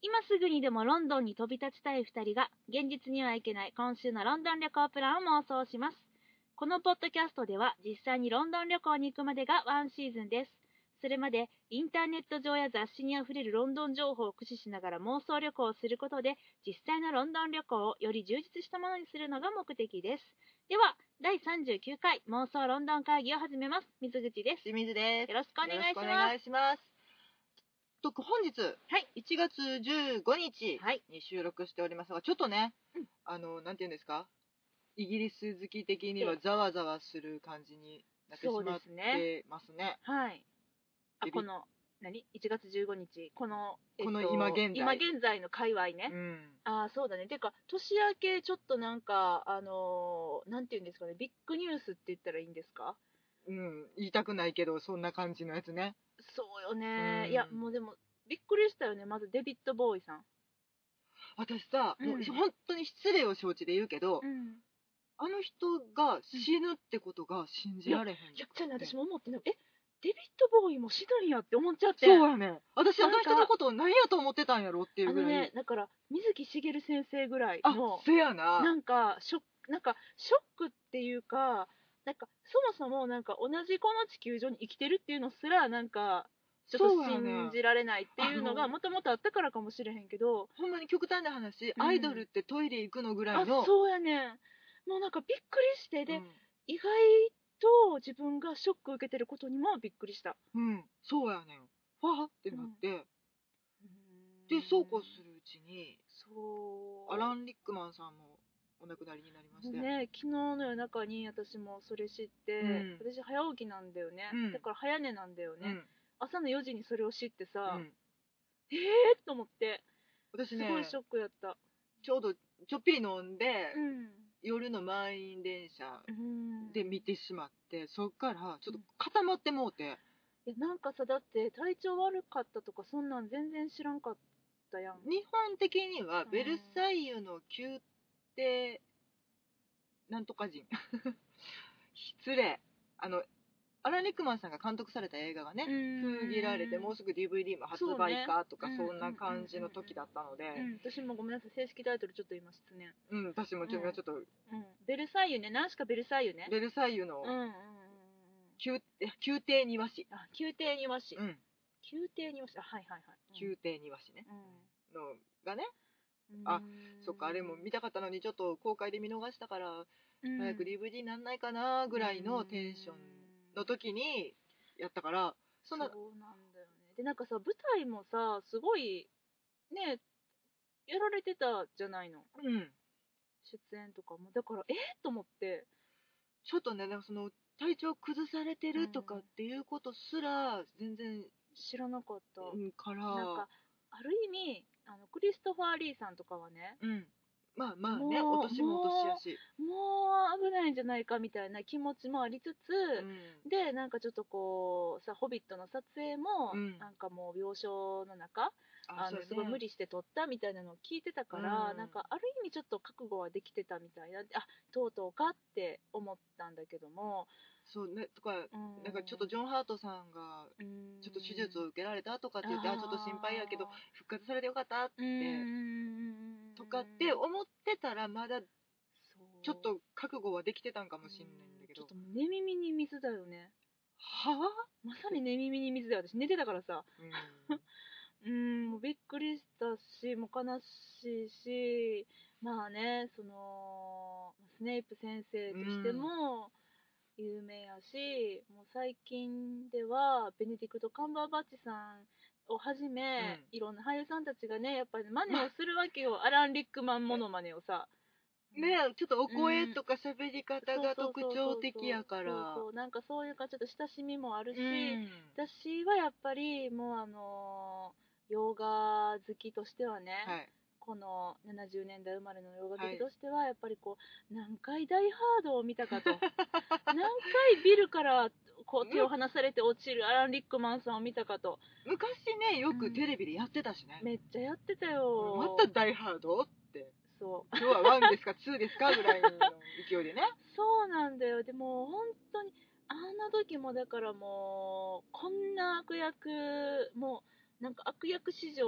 今すぐにでもロンドンに飛び立ちたい2人が現実には行けない今週のロンドン旅行プランを妄想しますこのポッドキャストでは実際にロンドン旅行に行くまでがワンシーズンですそれまでインターネット上や雑誌にあふれるロンドン情報を駆使しながら妄想旅行をすることで実際のロンドン旅行をより充実したものにするのが目的ですでは第39回妄想ロンドン会議を始めます水口です清水です。よろしくお願いしよろくおま願いします。と本日、はい1月15日すはいに収録しておりますが、ちょっとね、うんあの、なんていうんですか、イギリス好き的にはえざわざわする感じになってしそうまでっすねてますね。はい。あエビこの何1月15日この、この今現在今現在の界隈ね、うん。ああそうだねてか年明けちょっとなんかあのーなんていうんですかねビッグニュースって言ったらいいんですかうん。言いたくないけど、そんな感じのやつね。そうよね、うんいやもうでもびっくりしたよねまずデビッド・ボーイさん、私さ、もううん本当に失礼を承知で言うけど、ん、あの人が死ぬってことが信じられへん。いやじゃあね私も思ってないえデビッド・ボーイも死ぬんやって思っちゃってそうやねん。私、なあんのか人のことを何やと思ってたんやろっていあうぐのらい。ねだから水木しげる先生ぐらいあの、せやな。なんかショックなんかショックっていうかなんかそもそもなんか同じこの地球上に生きてるっていうのすらなんかちょっと信じじられないっていうのあがのもともとあったからかもしれへんけどほんまに極端な話、うんアイドルってトイレ行くのぐらあいの。そうやねんもうなんかびっくりしてで、うん意外と自分がショック受けてることにもびっくりしたうん、そうやねん。わーってなって、で、そうこうするうちに、そうアラン・リックマンさんもお亡くなりになりまして。ね、昨日の夜中に私もそれ知って、うん私早起きなんだよね、うんだから早寝なんだよね、うん朝の4時にそれを知ってうさ、んええー、と思って私すごねいショックやった、ちょうどちょっぴり飲んで、うん夜の満員電車うんで見てしまってそっからちょっと固まってもうて、いやなんかさだって体調悪かったとかそんなん全然知らんかったやん日本的にはベルサイユの宮廷なんとか人 失礼あのアラン・リックマンさんが監督された映画がね、うん封切られてもうすぐ DVD も発売かとかそうねそ,、んな感じの時だったので、うん、私もごめんなさい正式タイトルちょっと今失念、うん私もちょ,、うんちょっとうん、ベルサイユね何しかベルサイユねベルサイユのうんうんうんうん宮,、宮廷庭師、あ宮廷庭師、うん、宮廷庭師あはいはいはい、宮廷庭師ね、のがね、うんあそっかあれも見たかったのにちょっと公開で見逃したから早くリ DVD になんないかなぐらいのテンションの時にやったからそんなそうなんだよねでなんかさ舞台もさすごいねやられてたじゃないのうん、出演とかもだからえっと思ってちょっとね、でもその体調崩されてるとかっていうことすら全然、知らなかった、うん、から、なんかある意味あのクリストファー・リーさんとかはねうん、まあまあね、もう落としも落としやし、もう危ないんじゃないかみたいな気持ちもありつつ、うんでなんかちょっとこうさ「ホビット」の撮影も、うんなんかもう病床の中あそうのやねすごい無理して撮ったみたいなのを聞いてたから、うんなんかある意味ちょっと覚悟はできてたみたいなんであとうとうかって思ったんだけども、そうねとか、うんなんかちょっとジョン・ハートさんがうんちょっと手術を受けられたとかって言って、あちょっと心配やけどあ復活されてよかったーうんとかって思ってたらまだちそうょっと覚悟はできてたんかもしれないんだけど、うちょっと寝耳に水だよねはまさに寝耳に水だよ私寝てたからさぁ、うんもうびっくりしたしもう悲しいしまあねそのスネイプ先生としても有名やし、もう最近ではベネディクト・カンバーバッチさんをはじめ、うんいろんな俳優さんたちがねやっぱりマネをするわけよアラン・リックマンモノマネをさ。ねちょっとお声とか喋り方が特徴的やから。そうそうなんかそういうかちょっと親しみもあるし、うん私はやっぱりもうあのー洋画好きとしてはね、はい、この70年代生まれの洋画好はきいとしてはやっぱりこう何回「ダイ・ハード」を見たかと 何回ビルからこう手を離されて落ちるアラン・リックマンさんを見たかと昔ねようくんテレビでやってたしね、めっちゃやってたよまたダイハードってそう今日は1ですか2ですかぐらいの勢 いでねそうなんだよでも本当にあの時もだからもうこんな悪役もうなんか悪役史上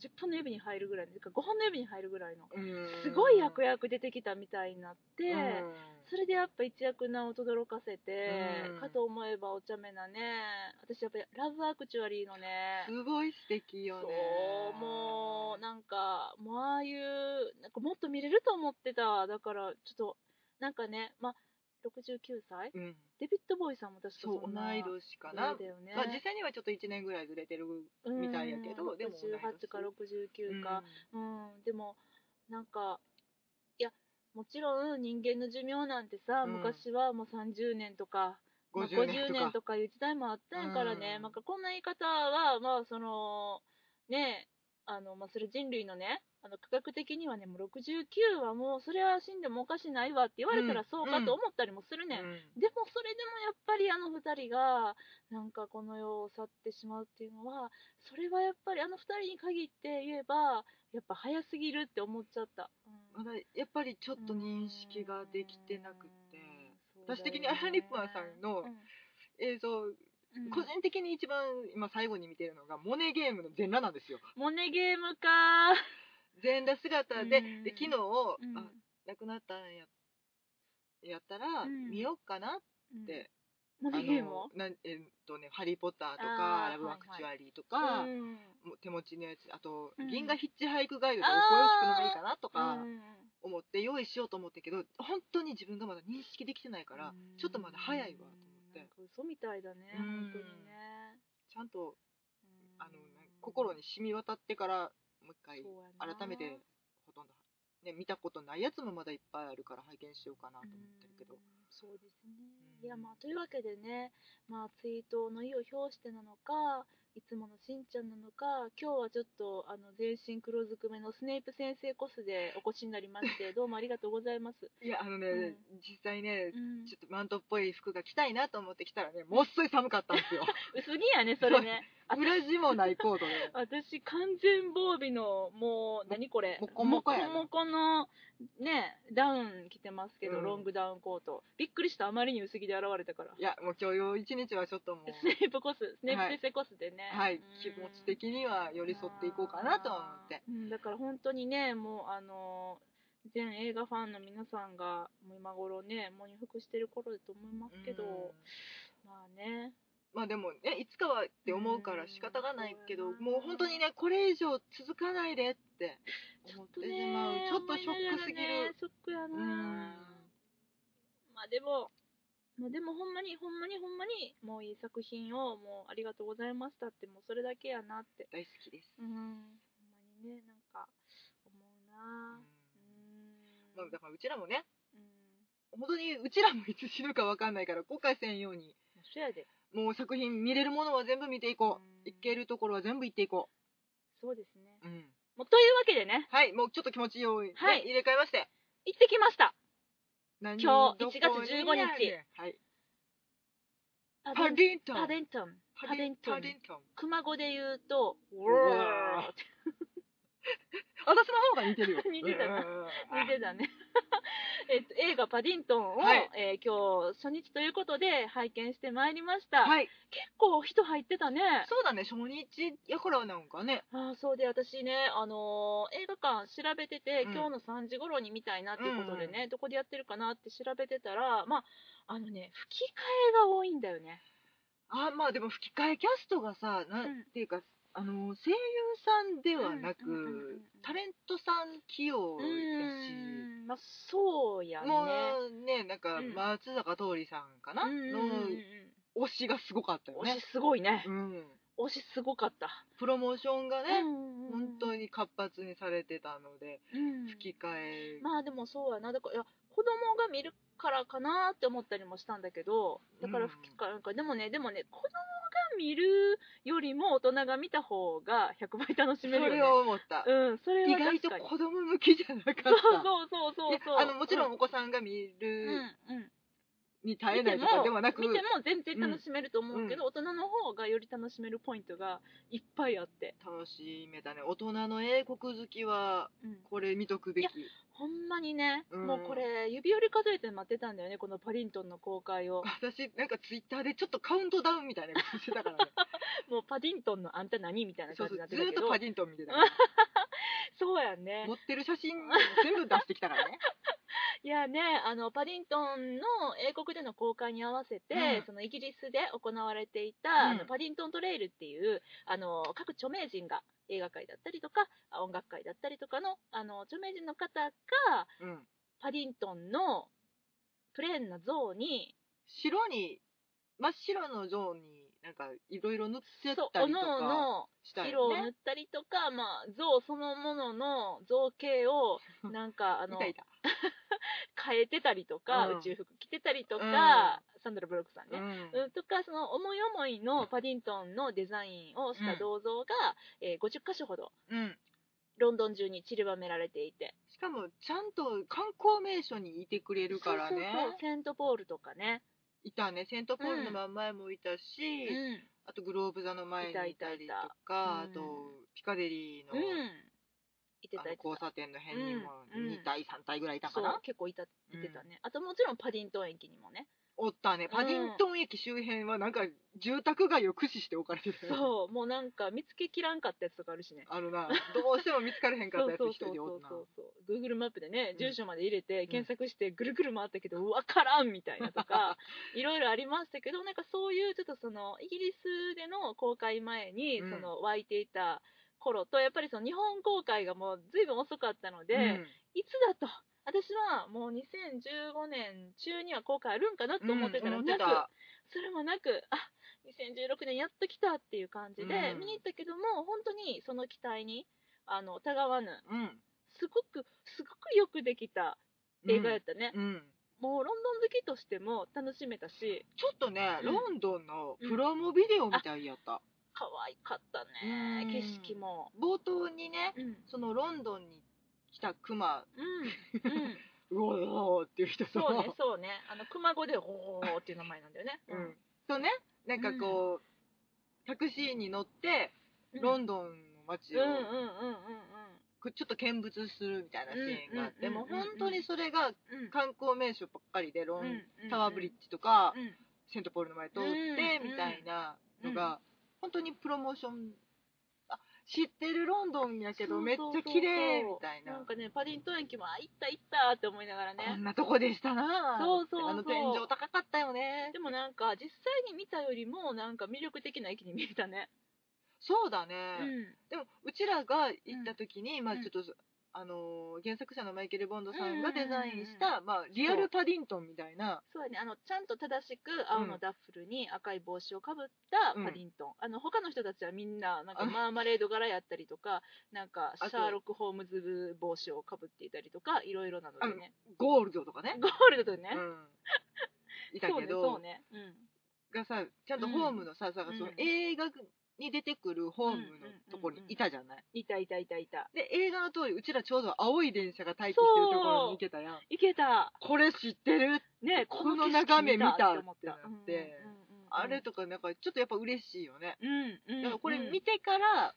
10分の指に入るぐらいのてか5本の指に入るぐらいのうんすごい悪役出てきたみたいになって、うんそれでやっぱ一躍名を轟かせて、うんかと思えばお茶目なね私やっぱりラブアクチュアリーのねすごい素敵よねそうもうなんかもうああいうなんかもっと見れると思ってただからちょっとなんかねまあ69歳うんデビッド・ボーイさんも確かそう同い年かな、だよね、まあ、実際にはちょっと1年ぐらいずれてるうんみたいやけどでも同い年18か69か、うん、でもなんかいやもちろん人間の寿命なんてさ、うん昔はもう30年とかうんまあ50年とか,、とかいう時代もあったんやからね、うんなんかこんな言い方はまあそのねあのまあそれ人類のねあの科学的にはねもう69はもうそれは死んでもおかしないわって言われたうらんそうかと思ったりもするねん、でもそれでもやっぱりあの2人がなんかこの世を去ってしまうっていうのはそれはやっぱりあの2人に限って言えばやっぱ早すぎるって思っちゃった、うんまだやっぱりちょっと認識ができてなくてうん私的にアランリップマンさんの映像、うん個人的に一番今最後に見てるのがモネゲームの全裸なんですよモネゲームか全裸姿で,、うんで昨日、うんあ亡くなったんややったらうん見ようかなっうんて、モあネゲームのをなんえっとね「ハリー・ポッター」とあかー「ラブ・アクチュアリー」とか、うんもう手持ちのやつあと「うん銀河ヒッチハイクガイド」とかこれを聞くのがいいかなとかうん思って用意しようと思ったけど本当に自分がまだ認識できてないから、うんちょっとまだ早いわと思ってなんか嘘みたいだね、うん本当にねちゃんとうんあのなんか心に染み渡ってからもう一回そうやな改めてほとんど、ね、見たことないやつもまだいっぱいあるから拝見しようかなと思ってるけどうん。そうですね、うんいやまあというわけでね、まあ、追悼の意を表してなのかいつものしんちゃんなのか今日はちょっとあの全身黒ずくめのスネイプ先生コスでお越しになりましてどうもありがとうございます、いやあのね、う実際ねうん、ちょっとマントっぽい服が着たいなと思って着たらねもっそり寒かったん ですよ薄着やねそれね裏地もないコードで私完全防備のもう何これもこもこやなもこもこのねダウン着てますけど、うんロングダウンコートびっくりしたあまりに薄着で現れたからいやもう今日一日はちょっともうスネイプコススネイプ先生コスでね、はいうん、気持ち的には寄り添っていこうかなとは思って。うんだから本当にねもうあの全映画ファンの皆さんがもう今頃ねもう入服してる頃だと思いますけど、うんまあねまあでもね、いつかはって思うから仕方がないけうんど、もう本当にね、これ以上続かないでってちょっ思ってとしねまう。ちょっとショックすぎ思いながらねる。ショックやな、うんまあでもまあでもほんまにほんまにほんまにもういい作品をもうありがとうございましたってもうそれだけやなって大好きです。うんほんまにねなんか思ううんなまうあんだからうちらもね、うん本当にうちらもいつ死ぬかわかんないから後悔せんように、そやでもう作品見れるものは全部見ていこうんう。いけるところは全部行っていこそうですねう。うん。もうというわけでねはい、もうちょっと気持ちよい、ねはい入れ替えまして。行ってきました今今日1月15日。はい。パパディントン。パデントンパデントンパデントン。熊語で言うと「ウォーォー」って私の方が似てるよ 似てたなな見てたね えっと映画「パディントンを」はいえー今日初日ということで拝見してまいりました、はい結構人入ってたねそうだね初日やからなんかねあーそうで私ね、あのー映画館調べてて、うん今日の3時頃に見たいなっていうことでね、どこでやってるかなって調べてたら、まあ、あのね吹き替えが多いんだよねあまあでも吹き替えキャストがさなん、うんていうかあの声優さんではなく、うんうんうんうんタレントさん起用だし、うんまあそうやねもうねなんかうん松坂桃李さんかな、うんうんうんの推しがすごかったうんよ推ねし、すごいね、うん、推しすごかった、プロモーションがね、うんうんうん本当に活発にされてたのでうん吹き替え、まあでもそうやなだからいや子供が見るからかなって思ったりもしたんだけどだから吹き替えなんか、でもねでもね子供が見るよりも大人が見た方が100倍楽しそめるよねれを思った、うんそれ意は外 と確かに子供向きじゃなかったそうそうそうそういやそうあのもちろうんんお子さんが見うんうるんに耐えないとかではなく見ても全然楽しめると思うけど、大人の方がより楽しめるポイントがいっぱいあって、楽しめたね大人の英国好きはうんこれ見とくべきほんまにね、うんもうこれ指折り数えて待ってたんだよねこのパリントンの公開を私なんかツイッターでちょっとカウントダウンみたいなことしてたからね もうパディントンのあんた何みたいなそう感そじにうなってずたけーっどとパディントン見てた そうやんね持ってる写真全部出してきたからねいやねあのパディントンの英国での公開に合わせて、うんそのイギリスで行われていた、うんあのパディントントレイルっていうあの各著名人が映画界だったりとかあ音楽界だったりとかのあの著名人の方がうんパディントンのプレーンな像に白に真っ白のゾーンになんかいろいろ塗ってそうたおりとのおかのした色よをね塗ったりとか、まあ、像そのものの造形 をなんかあいのたいた、 変えてたりとか、うん宇宙服着てたりとか、うんサンドラ・ブロックさんね、うんうんとかその思い思いのパディントンのデザインをした銅像が、えー50箇所ほどうん、ロンドン中に散りばめられていてしかもちゃんと観光名所にいてくれるからそねうそうそうセントポールとかね、いたねセントポールの真ん前もいたし、うんあとグローブ座の前にいたりとかいたいたいあうんとピカデリーの,、うん、いてあたのいて交た差点の辺にもうん2体3体ぐらいいたかそな、う結構いたいてたね、あともちろんパディントン駅にもねおったねパディントン駅周辺はなんか住宅街を駆使して置かれてたよねそうもうなんか見つけきらんかったやつとかあるしねあるなどうしても見つかれへんかったやつ一人でおったなそうそうそう Google マップでねん住所まで入れて検索してぐるぐる回ったけど 分からんみたいなとかいろいろありましたけどなんかそういうちょっとそのイギリスでの公開前にうんその湧いていた頃とやっぱりその日本公開がもう随分遅かったので、うんいつだと私はもう2015年中には公開あるんかなと思ってたらうんなく、それもなく、あ2016年やっと来たっていう感じで、うん見に行ったけども、本当にその期待にあの疑わぬ、うんすごく、すごくよくできた映画やったね、うんもうロンドン好きとしても楽しめたし、ちょっとね、うんロンドンのプロモビデオみたいやった、可愛かったね、うん景色も。冒頭にねうん、うん、そのロンドンに来たクマ うん、うおーおーっていう人とそうね、そうね、あの熊語で、おーっていう名前なんだよね。うん、とねなんかこう、タクシーに乗ってロンドンの街うんをうんうんうんこうちょっと見物するみたいなシーンがあって、うんもううん本当にそれがうんうん。観光名所ばっかりでロン、うんタワーブリッジジとか、うんセントポールの前通って、うんみたいなのが、本当にプロモーションあ知ってるロンドンやけどそうめっちそうそうゃ綺麗みたいななんかねパディントン駅もあ行った行ったって思いながらこんねなとこでしたなぁそうそうそうあの天井高かったよねでもなんか実際に見たよりもなんか魅力的な駅に見えたねそうだね、うんでもうちらが行った時に、まあうんちょっと、あのー原作者のマイケル・ボンドさんうんがうんうんうデんザインした、まあ、リアルパディントンみたいなそうやねあのちゃんと正しく青のダッフルに赤い帽子をかぶったパディントン、あの他の人たちはみんななんかあマーマレード柄やったりとかなんかあとシャーロック・ホームズ帽子をかぶっていたりとかいろいろなのでねゴールドとかね、 ゴールドでね、うん、いたそうけねど、そうねうんがさちゃんとホームのさ,、さそのうん映画に出てくるホームのところにいたじゃない、いたいたいたいたで映画の通りうちらちょうど青い電車が待機してるところに行け たやんいけたこれ知ってるねこ景色の眺め見たって思ったってなってうんうんうんうんあれとかなんかちょっとやっぱ嬉しいよね、うんうん、だからこれ見て、てから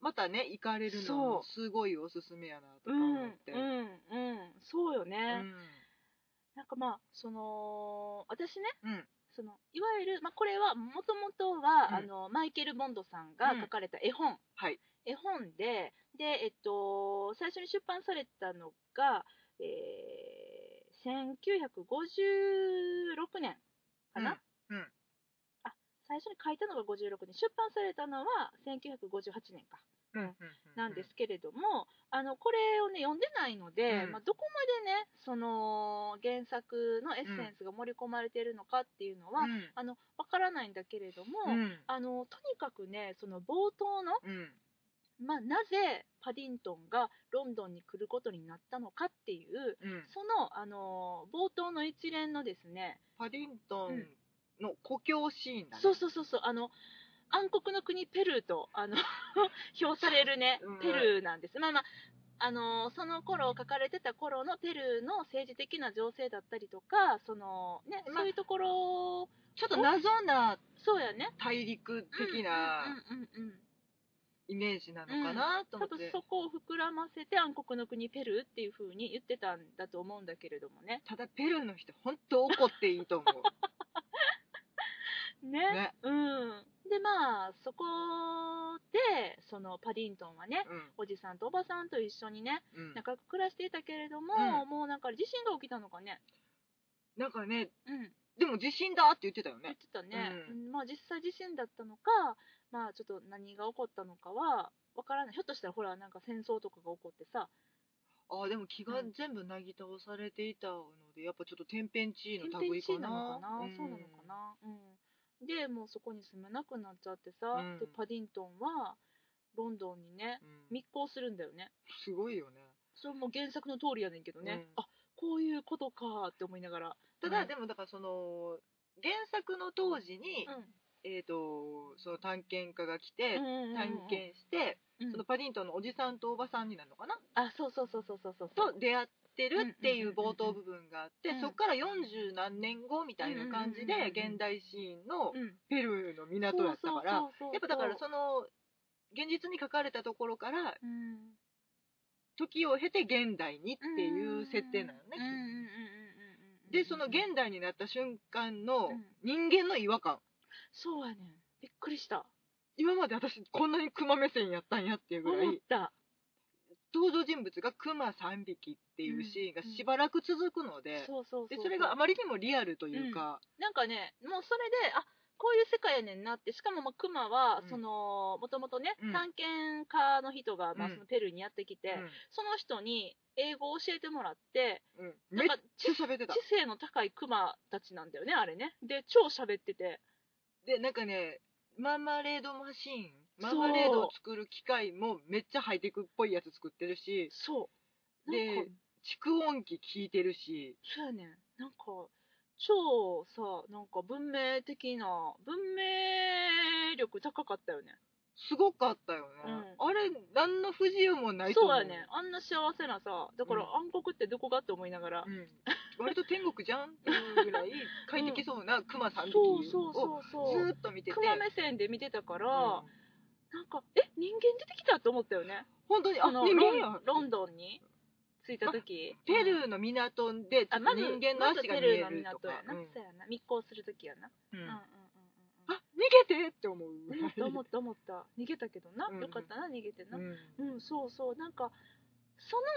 またね行かれるのそもうすごいおすすめやなとうかん、思って、うんうんそうよね、うんなんかまあその私ねうんそのいわゆる、まあ、これはもともとは、うんあのマイケル・ボンドさんが書かれた絵本、はい絵本でで、えっと、最初に出版されたのが、えー、1956年かな、うんうんあ最初に書いたのが56年出版されたのは1958年かうんうんなんですけれども、あのこれをね読んでないので、うんまあ、どこまでねその原作のエッセンスが盛り込まれているのかっていうのは、うんあのわからないんだけれども、うんあのとにかくねその冒頭の、うんまあ、なぜパディントンがロンドンに来ることになったのかっていううんそのあの冒頭の一連のですねパディントンの故郷シーンだねそうそうそうそうあの暗黒の国ペルーとあの 評されるねうんペルーなんです、まあまああのその頃書かれてた頃のペルーの政治的な情勢だったりとかその、ねまあそういうところちょっと謎なそうやね大陸的なうんうんうんうんイメージなのかなと思多っ分て、そこを膨らませて暗黒の国ペルーっていう風に言ってたんだと思うんだけれどもねただペルーの人本当怒っていいと思うねね、うんでまあそこでそのパディントンはねうんおじさんとおばさんと一緒にねうん、仲良く暮らしていたけれども、うもうなんか地震が起きたのかねなんかねうんでも地震だって言ってたよ言っねてたね、ううんまあ実際地震だったのかまあちょっと何が起こったのかはわからないひょっとしたらほらなんか戦争とかが起こってさああでも気がうん全部なぎ倒されていたのでやっぱちょっと天変地異の天変類地か異なのかなな、そうなのかな、うん、でもうそこに住めなくなっちゃってさ、うんでパディントンはロンドンにねうん密航するんだよねすごいよねそれも原作の通りやねんけどね、うんあこういうことかって思いながらただ、うんでもだからその原作の当時に、うえー、とその探検家が来て、んうんうんうん探検して、うんそのパディントンのおじさんとおばさんになるのかな、あそうそうそうそうそうそうと出会ってるっていううんうんうんうん冒頭部分があって、うんそこから40何年後みたいな感じで、うんうんうんうん現代シーンのうんペルーの港だったから、そうそうそうそうやっぱだからその現実に書かれたところからうん時を経て現代にっていう設定なのうんうんうんうんね。うんうんでその現代になった瞬間のうん人間の違和感そうやねんびっくりした今まで私こんなに熊目線やったんやっていうぐら思っいた登場人物が熊3匹っていうシーンがしばらく続くので,、そうそうそうでそれがあまりにもリアルというか、なんかね、もうそれで、あこういう世界やねんなって、しかもまあクマはうん、その、もともとね、うん探検家の人が、まあ、うんそのペルーにやってきて、その人に英語を教えてもらって、うんうんなめんっかちゃ喋ってた知性の高いクマたちなんだよね、あれね。で、超喋ってて。でなんかねマーマレードマシーンマそうーマレードを作る機械もめっちゃハイテクっぽいやつ作ってるしそう。でなんか蓄音機聞いてるしそうやねん。なんか、超さ、なんか文明的な、文明力高かったよね。すごかったよね、うあれ何の不自由もないとそ思ううやねん。あんな幸せなさ、だからうん暗黒ってどこがって思いながら。うん割と天国 じゃんっていうぐらい快適そうなクマさんっていそううそうをそうずそう。ーっと見てて、熊目線で見てたから、うんなんかえ人間出てきたと思ったよね本当にああの人間やロンロンドンに着いた時ペルーの港でちあょっとまず人間の足が見えまずペルるとかーの港や、な、うんそうやな密航する時やな、ううんん、うんうんあ逃げてって思ううん思った思った思った逃げたけどな、うんよかったな逃げてなううん、んそうそうなんか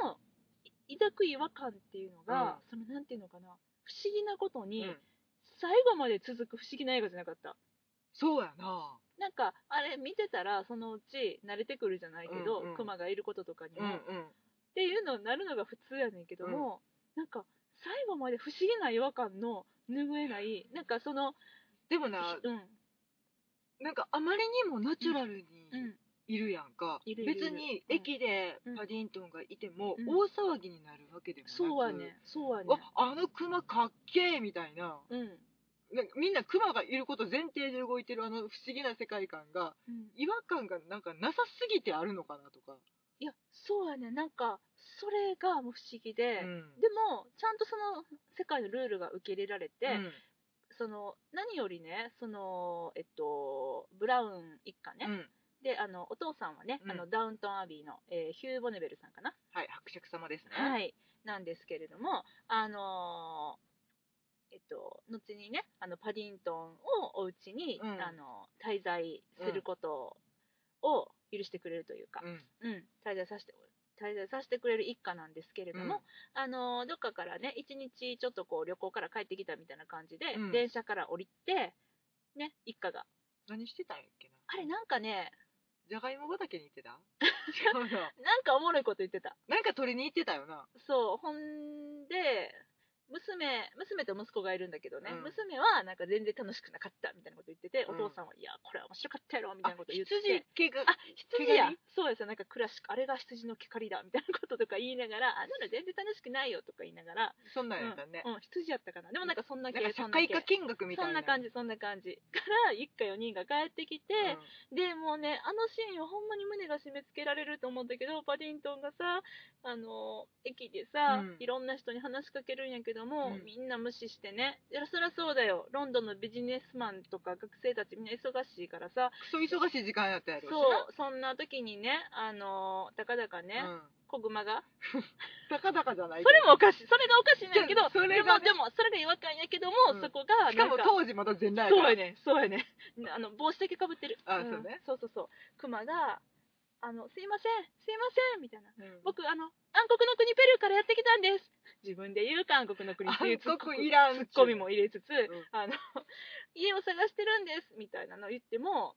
そのい抱く違和感っていうのが、そのなんていうのかな不思議なことに、うん最後まで続く不思議な映画じゃなかったそうやななんかあれ見てたらそのうち慣れてくるじゃないけど、うんうんクマがいることとかにうんも、うんっていうのになるのが普通やねんけども、なんか最後まで不思議な違和感の拭えないなんかそのでもなうんなんかあまりにもナチュラルにうんいるやんか、いるいるいる別に駅でうんパディントンがいてもうん大騒ぎになるわけでもなく、そうはねそうはねああのクマかっけえみたいなうん、うなんかみんなクマがいること前提で動いてるあの不思議な世界観がん、違和感がなんかなさすぎてあるのかなとか、いやそうやねんなんかそれがもう不思議で、うんでもちゃんとその世界のルールが受け入れられて、その何よりねそのえっとブラウン一家ね、うんうんであのお父さんはね、うんあのダウントンアビーの、えーヒュー・ボネベルさんかなはい伯爵様ですね、はい、なんですけれども、あのーえっと、後にね、あのパディントンをお家に、うんあの滞在することを許してくれるというか、うんうん滞在させて滞在させてくれる一家なんですけれども、うんあのーどっかからね、1日ちょっとこう旅行から帰ってきたみたいな感じで、うん電車から降りて、ね、一家が、何してたんやっけなあれ、なんかね、じゃがいも畑に行っ てた違うななんかおもろいこと言ってた。なんか取りに行ってたよなそう、ほんで、娘娘と息子がいるんだけどね、うん娘はなんか全然楽しくなかったみたいなこと言ってて、うんお父さんはいやこれは面白かったやろみたいあなこと言って羊毛があ羊や毛刈りそうですよなんかクラシックあれが羊の毛刈りだみたいなこととか言いながらあんなの全然楽しくないよとか言いながら、そんなんやったね、うん、羊やったかなでもなんかそんな系なんかそ社んな会系科見学みたいそなんな感じそんな感じから一家4人が帰ってきて、うんでもうねあのシーンはほんまに胸が締め付けられると思うんだけどパディントンがさあの駅でさ、うんいろんな人に話しかけるんやけども、うんみんな無視してねいやそりゃそうだよロンドンのビジネスマンとか学生たちみんな忙しいからさクソ忙しい時間やったやろしなそうそんな時にねあのたかだかね、うん子熊がたかだかじゃないけそどれもおかしいそれがおかしいんだけどじゃあそれでがもねでもそれが違和感やけども、うんそこがなんしかも当時まだ全裸やそうかやらねそうやね あの帽子だけかぶってるあんそうねそうそうそうクマがあの「すいませんすいません」みたいなう「ん僕あの暗黒の国ペルーからやってきたんです」自分で言うか暗黒の国っていうツッ暗コ黒ミいらんツッコミも入れつつ、んあの家を探してるんですみたいなの言っても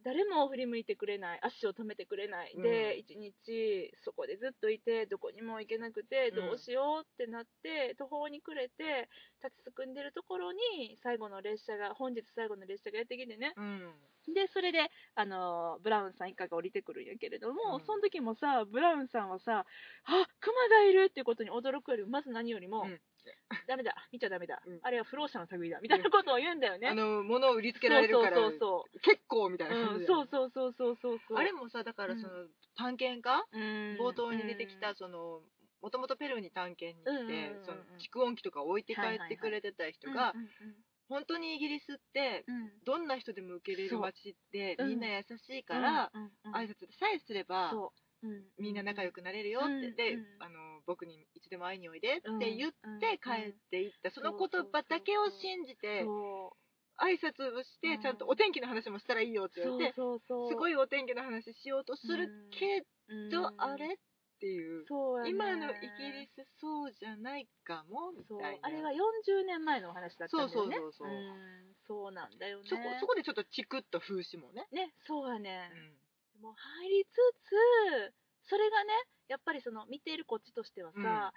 誰も振り向いてくれない足を止めてくれないで、うん一日そこでずっといてどこにも行けなくてうんどうしようってなって、途方に暮れて立ちすくんでるところに最後の列車が本日最後の列車がやってきてねうんでそれで、あのーブラウンさん一家が降りてくるんやけれども、うんその時もさブラウンさんはさ「あクマがいる!」っていうことに驚くよりもまず何よりも「うんダメだ見ちゃダメだ、うんあれは不老者の類だ」みたいなことを言うんだよね。 あの物を売りつけられるからそうそう結構みたいそうなそう、感うじん、そだようそうそうそねうそうそうあれもさだからその探検家うん冒頭に出てきうんたそのもともとペルーに探検に行っうんうんうんうんてその蓄音機とか置いて帰ってくれてた人がうん本当にイギリスってうんうんどんな人でも受け入れる街ってそうみんな優しいからうんうんうん挨拶さえすればそう、うん、みんな仲良くくなれるよっうんうてんでうんあの僕にいつでも会いにおいでって言って帰っていったそうんうんの言葉だけを信じてそ挨拶をしてちゃんとお天気の話もしたらいいよってう言そっうてそうそうすごいお天気の話しようとするけうんどあれっていうそうやね今のイギリスそうじゃないかもみそうたいなあれは40年前のお話だったんだよねそうそうそうそうんそうなんだよねそこそこでちょっとチクッと風刺もね、ねそうやね、うもう入りつつそれがねやっぱりその見ているこっちとしてはさ、うんあ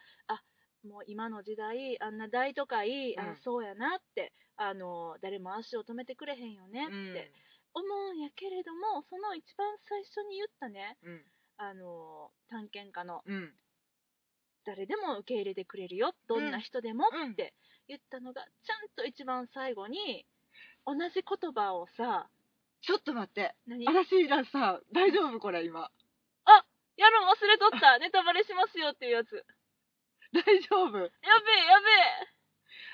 もう今の時代あんな大都会、うあんそうやなってあの誰も足を止めてくれへんよねっんうんて思うんやけれども、その一番最初に言ったねうんあの探検家のうん誰でも受け入れてくれるよどんな人でもうんって言ったのがちゃんと一番最後に同じ言葉をさちょっと待って何嵐らさ大丈夫これ今やるん忘れとったネタバレしますよっていうやつや大丈夫べえやべえ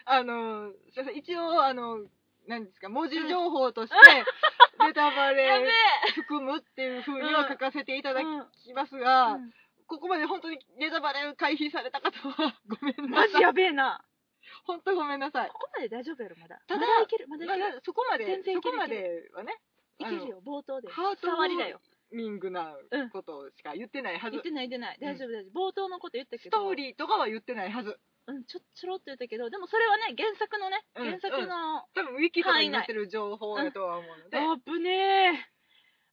あのーすいません一応あの何ですか文字情報として ネタバやべレえ含むっていう風には書かせていただうんきますが、うんここまで本当にネタバレを回避された方はごめんなマさジいやべえな本当ごめんなさいここまで大丈夫やろまだただまいけるまだいまあける、そこまで全然いそけるこまではねいけるよ冒頭でハート触りだよミングなことしか言ってないはず、言ってない言ってない大丈夫大丈夫冒頭のこと言ったけスどトーリーとかは言ってないはずうんちょちょろっと言ったけどでもそれはね原作のねうん原作の、多分ウィキとかになってる情報だとは思うので、あぶねえ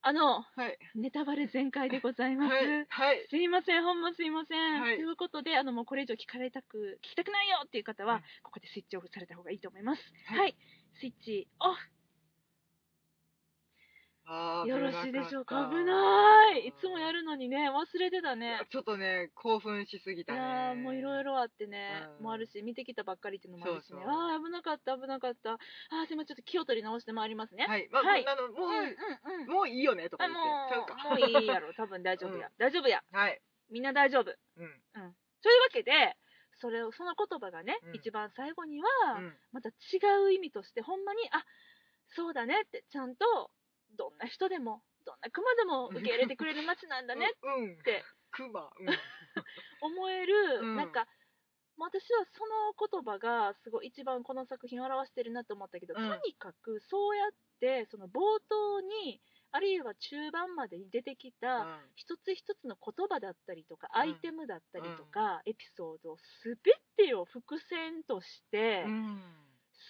あのはいネタバレ全開でございます、はいはいすいません、ほんますいません。はいということで、あのもうこれ以上聞かれたく、聞きたくないよっていう方は、うんここでスイッチオフされた方がいいと思います。は、はいいスイッチオフ。あーよろしいでしょうか。危危ななかったい。いつもやるのにね、忘れてたね。ちょっとね興奮しすぎいたねやーもういろいろあってね、うんもうあるし、見てきたばっかりっていうのもあるしね。そうそうああ、危なかった、危なかった。ああ、すいません、ちょっと気を取り直してまいりますね。はいまあ、はいあのもうんう、うんうん。もういいよねとかあ言ってちゃうかもう、もういいやろ。多分大丈夫や。大丈夫や。はいみんな大丈夫。うんというわけでそれをその言葉がね、うん一番最後には、うんまた違う意味としてほんまにあそうだねってちゃんとどんな人でもどんなクマでも受け入れてくれる街なんだねうん うんてクマうん思える、うんなんかもう私はその言葉がすごい一番この作品を表してるなと思ったけど、うんとにかくそうやってその冒頭にあるいは中盤までに出てきた、うん一つ一つの言葉だったりとか、んアイテムだったりとか、エピソード全てを伏線として、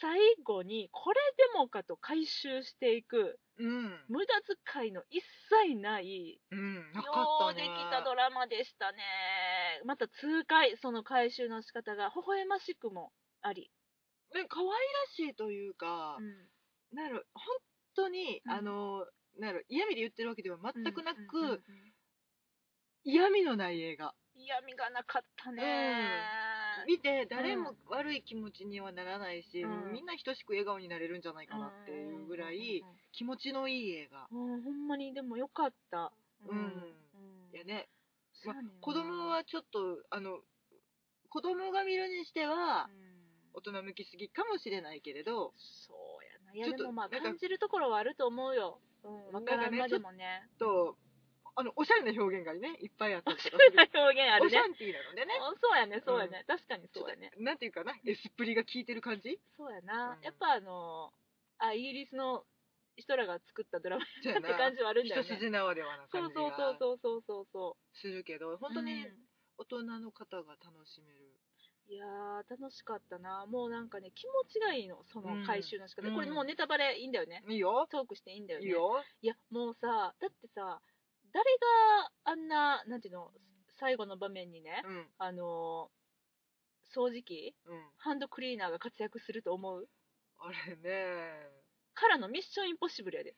最後にこれでもかと回収していくうん無駄遣いの一切ないうんなかよったうねできたドラマでしたねねまた痛快その回収の仕方が微笑ましくもあり、ね可愛らしいというか、うなる本当に、うんあのなる嫌味で言ってるわけではん、全くなく、うんうんうんうん嫌味のない映画嫌味がなかったね、見て誰も悪い気持ちにはならないし、うんもうみんな等しく笑顔になれるんじゃないかなっていうぐらい気持ちのいい映画、うんうんうんうん、うんほんまにでもよかったうんうんいやねそうやねんな子供はちょっとあの子供が見るにしてはうん大人向きすぎかもしれないけれどそうやないやちょっとでもまあなんか感じるところはあると思うよ、うん、分からんまでもねとあのおしゃれな表現がねいっぱいあったりおとしかゃれするな表 現あおるシねャンティーなのでねあそうやねそうやね、確かにちょそっうとやねなんていうかなエスプリが効いてる感じそうやな、うんやっぱあのあイギリスの人らが作ったドラマじゃやなって感じはあるんだよ一ね筋縄ではなそう感じそうそうがそうそうそうそするけどう本当にうん大人の方が楽しめるいやー楽しかったなもうなんかね気持ちがいいのその回収の仕方、うんこれもうネタバレいいんだよねいいよトークしていいんだよねいいよいやもうさだってさ誰があんななんていうの最後の場面にね、うんあのー掃除機うんハンドクリーナーが活躍すると思うあれねからのミッションインポッシブルやで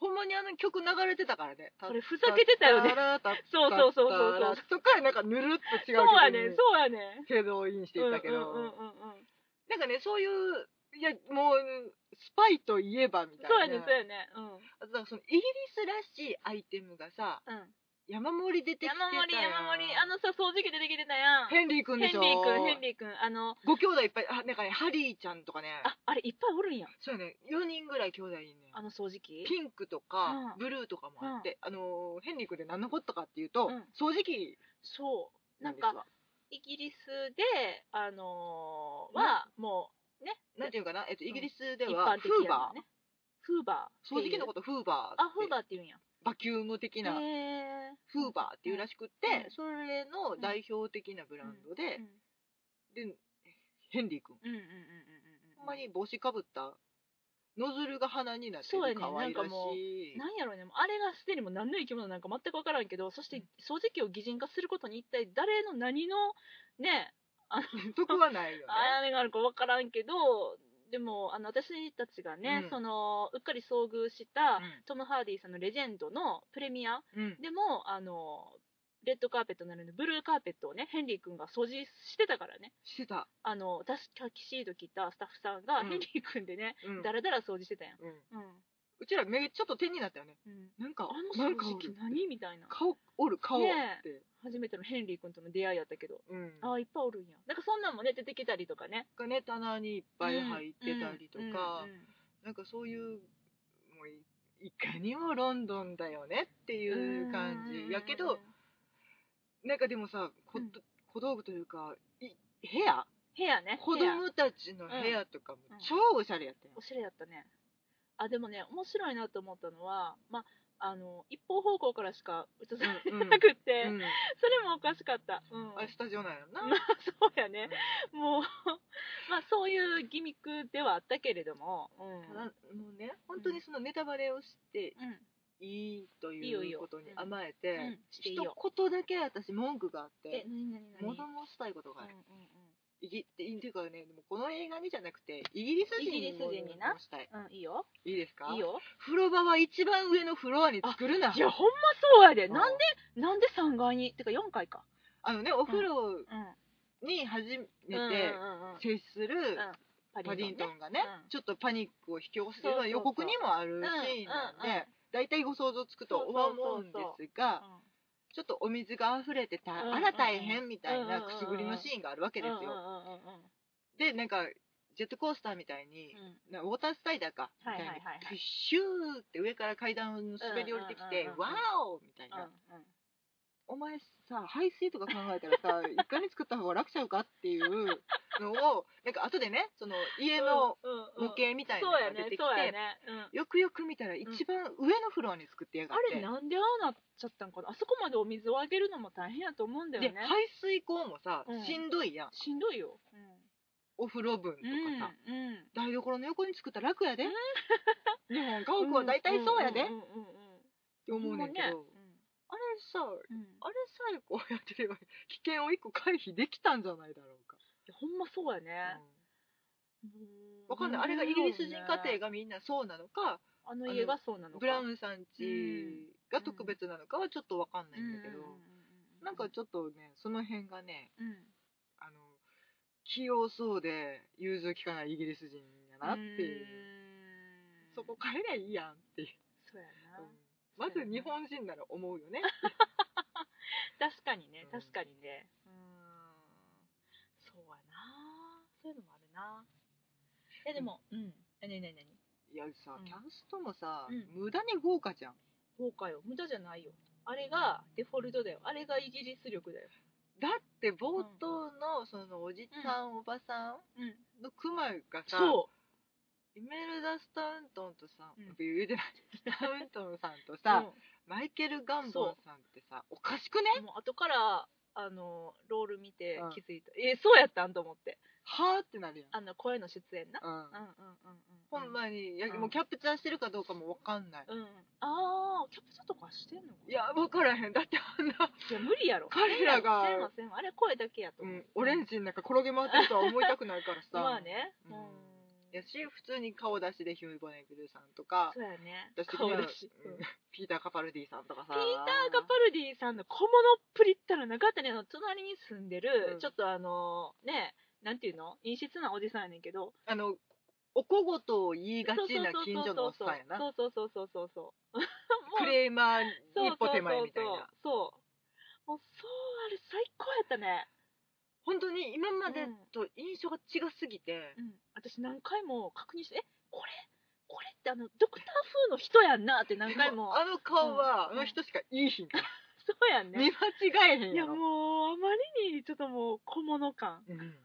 ほんまにあの曲流れてたからねこれふざけてたよね そうそうそうそうそうそっからなんかぬるっと違うそうやね曲にそうやねフェードインしていったけど、うんうんうんうんうんなんかねそういういやもうスパイといえばみたいなそうやねそうやねうんあとなんかそのイギリスらしいアイテムがさうん山盛り出てきてた山盛りやん山盛りあのさ掃除機出てきてたやんヘンリー君でヘしンょリー君ヘンリー君あのご兄弟いっぱいあなんかねハリーちゃんとかねああれいっぱいおるんやそうやね4人ぐらい兄弟いんねんあの掃除機ピンクとか、うんブルーとかもあって、あのーヘンリー君で何のことかっていうと、うん掃除機そうななんんでかすわイギリスで、あのーはもなんていうかな、えっと、イギリスでう一は般フ的やーバもんねフーバー掃除機のこととフーバーあフーバーって言うんやバキューム的へなえフーバーっていうらしくって、うんそれの代表的なブランドでうん、でヘンリー君うんうんうんうんうんほんまに帽子かぶったノズルが鼻になってそうやねる可愛らなんかもしいなんやろうねもうあれがすでにもう何の生き物なんか全く分からんけどそして掃除機を擬人化することに一体誰の何のね 得はないよねあれがあるか分からんけどでもあの私たちがね、うんそのうっかり遭遇した、うんトム・ハーディさんのレジェンドのプレミアうんでもあのレッドカーペットなのでブルーカーペットをねヘンリー君が掃除してたからねしてた、あの私タキシード着たスタッフさんが、うんヘンリー君でねうんだらだら掃除してたやん、うん、うんうちら目ちょっと点になったよねうん、なんかあなのんか掃お除機る何みたいな顔おる顔って、ね初めてのヘンリー君との出会いやったけどうんああいっぱいおるんやなんかそんなんもね出てきたりとかねがね棚にいっぱい入ってたりとか、うんうんうんなんかそういうもういいかにもロンドンだよねっていう感うじんやけどなんかでもさこ、うん小道具というかい部屋部屋ね子部屋供たちの部屋とかもうん超おしゃれやったよお、しゃれやったねあでもね面白いなと思ったのはまああの一方方向からしか映されてなくって、うんそれもおかしかった、うんあれスタジオなんやろな、 まあそうやね、もう まあそういうギミックではあったけれども、うんただもうね本当にそのネタバレをしてうんいいといいよいいいうよことにうん甘えて、うんしていいよ一言だけ私文句があっえて何何何物申したいことがある、うんうんイギっていうかねでもこの映画にじゃなくてイギリス人イギリス人にな物申したいうんうんいいよいいですかいいよ風呂場は一番上のフロアに作るないやほんまそうやでうんなんでなんで3階にてか4階かあのねお風呂うんに初めうんうんてうんうん接するんパパディントねンがねうんちょっとパニックを引き起こすというのそうそうそはう予告にもあるシーンなんうんうんうんで大体ご想像つくとは思うんですがちょっとお水が溢れてたうんあら大変みたいうんうなんくうんすぐりのシーンがあるわけですうんようんうんうんでなんかジェットコースターみたいにうんなウォータースライダーかみたいにはいはいはいはいシューって上から階段を滑り降りてきうんてうんうんうん「わーお!」みたいなうんうんお前さ排水とか考えた らさ一回に作った方が楽ちゃうかっていうのをなんか後でねその家の模型みたいなのそうやがね出てきて、そうやねうんよくよく見たら一番上のフロアに作ってやがっあて、れなんでああなっちゃったんかなあそこまでお水をあげるのも大変やと思うんだよでね排水口もさ、うんしんどいやんしんどいようんお風呂分とかさ、うんうん台所の横に作ったら楽やで日本家屋は大体そうやでんっうんうんうんて思うねんけど、うんあれさうん、いあれさえこうやってれば危険を一個回避できたんじゃないだろうか、やほんまそうやね、うん、わかんないあれがイギリス人家庭ががみんなそうなのかあの家がそうなのかブラウンンさんちが特別なのかはちょっとわかんないんだけど、なんかちょっとねその辺がねうんあの器用そうで融通きかないイギリス人やなっていう、うんそこ変えりゃいいやんっていう、そうやな、まず日本人なら思うよね確かにねうん確かにねうんそうやなそういうのもあるないやでもうんえねえねえねえいやさうんキャストもさ、う無駄に豪華じゃん豪華よ無駄じゃないよあれがデフォルトだよあれがイギリス力だよだって冒頭のそのおじさん、おばさうんんのクマがさ、そイメルダ・スタウントンとさ、うん言うてないスタウントンさんとうさ、うんマイケル・ガンボンさんってさおかしくねもう後からあのロール見てうん気づいた、えーそうやったんと思ってはあってなるやんあの声の出演な、うんうん、うんうんうんほんまに、いやうんもうキャプチャーしてるかどうかもわかんない、うんああキャプチャーとかしてんのかないいやわからへんだってあんな、いや無理やろ彼らがせんわせんわあれ声だけやとう思う、ん、オレンジの中転げ回ってるとは思いたくないからさまあねうんうんやし普通に顔出しでヒュー・ボネビルさんとかそうやね私的に顔はだし、うんうんピーター・カパルディさんとかピさーター・ガパルディさんの小物っぷりったらなかったねあの隣に住んでる、うんちょっとあのねなんていうの陰湿なおじさんやねんけどあのおこごとを言いがちな近所のおっさんやなそうそうそうそうそうそうもうクレーマーに一歩手前みたいなそうそうそうそうもうそうあれ最高やったね、本当に今までと印象が違すぎて、うん、私何回も確認してえこれこれってあのドクター風の人やんなって何回も あの顔は、うんあの人しかいいひんから、そうやんね見間違えへんいややろもうあまりにちょっともう小物感うん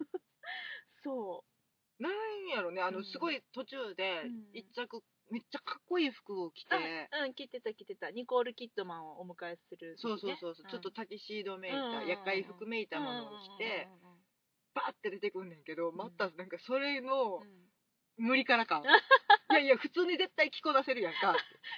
そなんやろねあうのんすごい途中でうん一着めっちゃかっこいい服を着うて、あうん切ってた切ってたニコール・キッドマンをお迎えする時そうね、そうそうそう、ちょっとタキシードめいた、うん厄介服めいたものを着て、バーって出てくんねんけどんまたなんかそれうんのうんうんうんうん無理から 感いやいや普通に絶対着こなせるやんか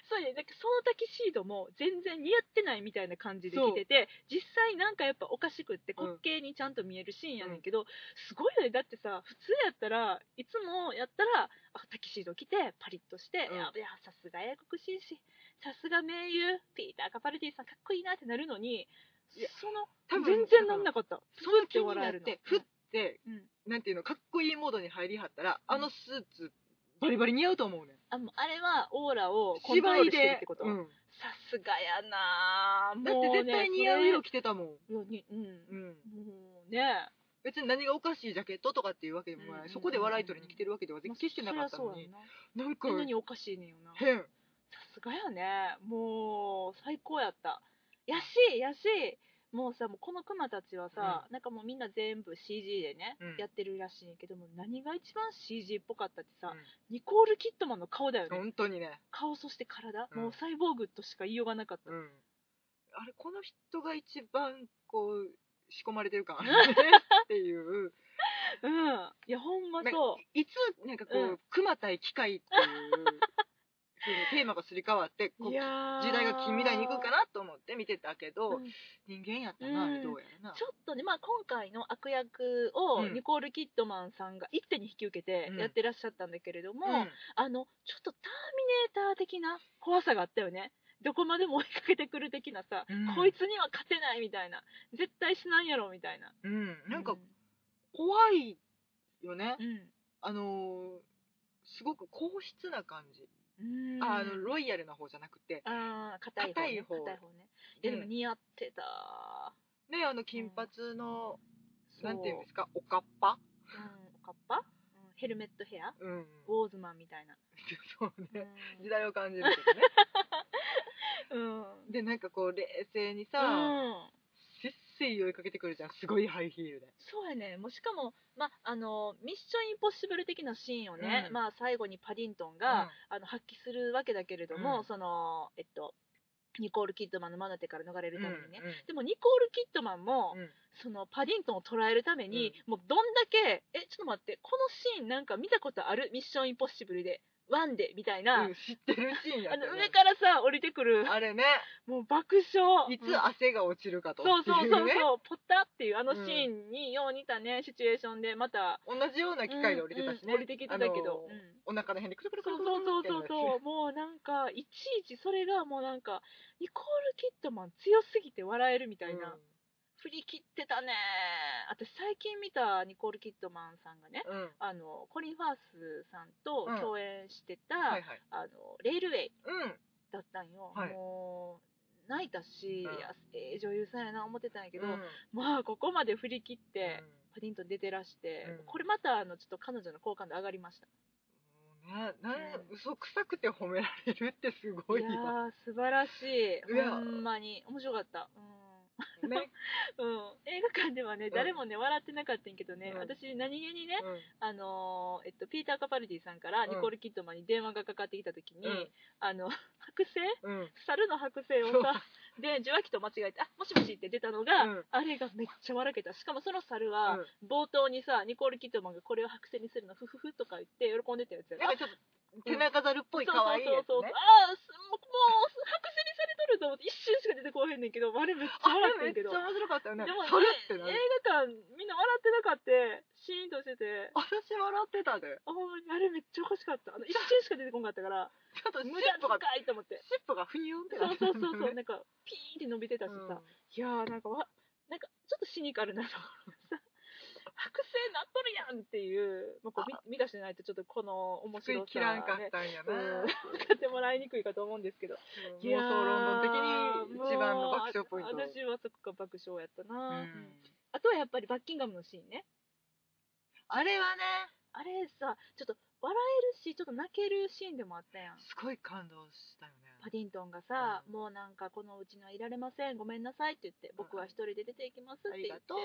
そうねなんかそのタキシードも全然似合ってないみたいな感じで着てて実際なんかやっぱおかしくってうん滑稽にちゃんと見えるシーンやねんけど、すごいよねだってさ普通やったらいつもやったらあタキシード着てパリッとして、うんいやいやさすが英国紳士さすが名優ピーター・カパルディさんかっこいいなってなるのにいやその多分全然なんなかったその気になっふっててふっ笑てえるの、うん、なんていうのかっこいいモードに入りはったらあのスーツバリバリ似合うと思うねんあもうあれはオーラをコントロー芝居ルでしてるってことうさんすがやなぁだっもてうね絶対似合う色着てたもん、それいやにうんうん、もうね別に何がおかしいジャケットとかっていうわけでもない、うんそこで笑い取りに来てるわけではまあ決してなかったのに、そりゃそなんかうやんな何おかしいねんよなさ変すがやねもう最高やったやしやしもうさもうこのクマたちはさ、なんかもうみんな全部 CG でね、うんやってるらしいんやけども何が一番 CG っぽかったってさ、うニコール・キットマンの顔だよんね本当にね、顔そして体、うんもうサイボーグとしか言いようがなかった、うん、あれこの人が一番こう仕込まれて る感っていううんいやほんまそういいつなんかこう、うん熊対機械っていうふうにテーマがすり替わっていこう時やー代が近未来に行くかなと思って見てたけど、うん人間やったな、うんどうやらなちょっとね、まあ、今回の悪役をうんニコール・キッドマンさんが一手に引き受けてうんやってらっしゃったんだけれども、うんあのちょっとターミネーター的な怖さがあったよねどこまでも追いかけてくる的なさ、うんこいつには勝てないみたいな絶対しないやろみたいなうん、なんかう怖いよね、ん、あのーすごく硬質な感じ、うんああのロイヤルな方じゃなくて、あー硬い方ね硬い方硬い方ねいやでもうん似合ってたねあの金髪の、そうなんていうんですかおかっぱ、うんおかっぱ、うんヘルメットヘアうん、ウォーズマンみたいな、 そううねん時代を感じるけ どねうんでなんかこう冷静にさ、うんせっせい追いかけてくるじゃんすごいハイヒールでそうやね、もうしかも、まあ、あのミッション・インポッシブル的なシーンをね、うんまあ、最後にパディントンが、あの発揮するわけだけれども、うんそのえっと、ニコール・キッドマンのマナテから逃れうるんためにね、うんうんでもニコール・キッドマンも、うんそのパディントンを捉えるために、もうどんだけ、え、ちょっと待って、このシーンなんか見たことある、ミッション・インポッシブルで、ワンでみたいな、うん、知ってるシーンやあったのよね上からさ降りてくるあれねもう爆笑いつうん汗が落ちるかとそうそうそうそう、ねポッタっていうあのシーンによう似たね、シチュエーションでまた同じような機械で降りてたしうんうね、ん降りてきてたけど、あのうんお腹の辺でくるくるくそうるくるそうそうそうくるってやそうもうなんかいちいちそれがもうなんかニコール・キットマン強すぎて笑えるみたいつな、振り切ってたね私最近見たニコール・キットマンさんがねうん、うんあのコリン・ファースさんとうん共演してた、はいはいあのレールウェイうんだったんよ、はいもう泣いたし、うんいやええ女優さんやな思ってたんやけど、うんまあここまで振り切って、うんパディントン出てらして、うんこれまたあのちょっと彼女の好感度上がりましたもうね、なんうん嘘くさくて褒められるってすごいいやわ。ー素晴らしいいやほんまに面白かったう ね、ん、うん、映画館ではねん誰もね、笑ってなかったんやけどね、うん私何気にね、うんあのーえっと、ピーター・カパルディさんからうんニコール・キッドマンに電話がかかってきた時に、うんあの 剥製うん、うん、猿の剥製をさで受話器と間違えて「あもしもし」って出たのが、うんあれがめっちゃ笑けたしかもその猿は、うん冒頭にさニコール・キッドマンがこれを白線にするのフフフとか言って喜んでたやつやなんかちょっと手中ざるっぽい可愛いやつそうそうそうそうね。ああすもうもう白線にされとると思って一瞬しか出てこうへんねんけどあれめっちゃあ笑ってれめんっちけどゃ面白かったよね。でも、ね、それってなる。映画館みんな笑ってなかったシーンとしててあ私笑ってたで。ほんまにあれめっちゃおかしかったあの一瞬しか出てこんかったからちょっと尻無駄尾が、遣いと思って尻尾がふにゅんってそなうる。そう そうそうなんかピーンって伸びてたしうんさ、いやーなんかわなんかちょっとシニカルなとこ ろがさ剥製なっとるやんっていう、まあ、こうみ見出してないとちょっとこの面食い白さ切らんかっねたんやうな。ん使ってもらいにくいかと思うんですけどうん妄想論文的に一番の爆笑ポインいやト。ーもうあ私はそこが爆笑やったうな、うんんあとはやっぱりバッキンガムのシーンねあれはね、あれさちょっと笑えるしちょっと泣けるシーンでもあったやんすごい感動したよパね。ディントンがさ、うんもうなんかこのうちにはいられませんごめんなさいって言って僕は一人で出ていきますって言ってありがと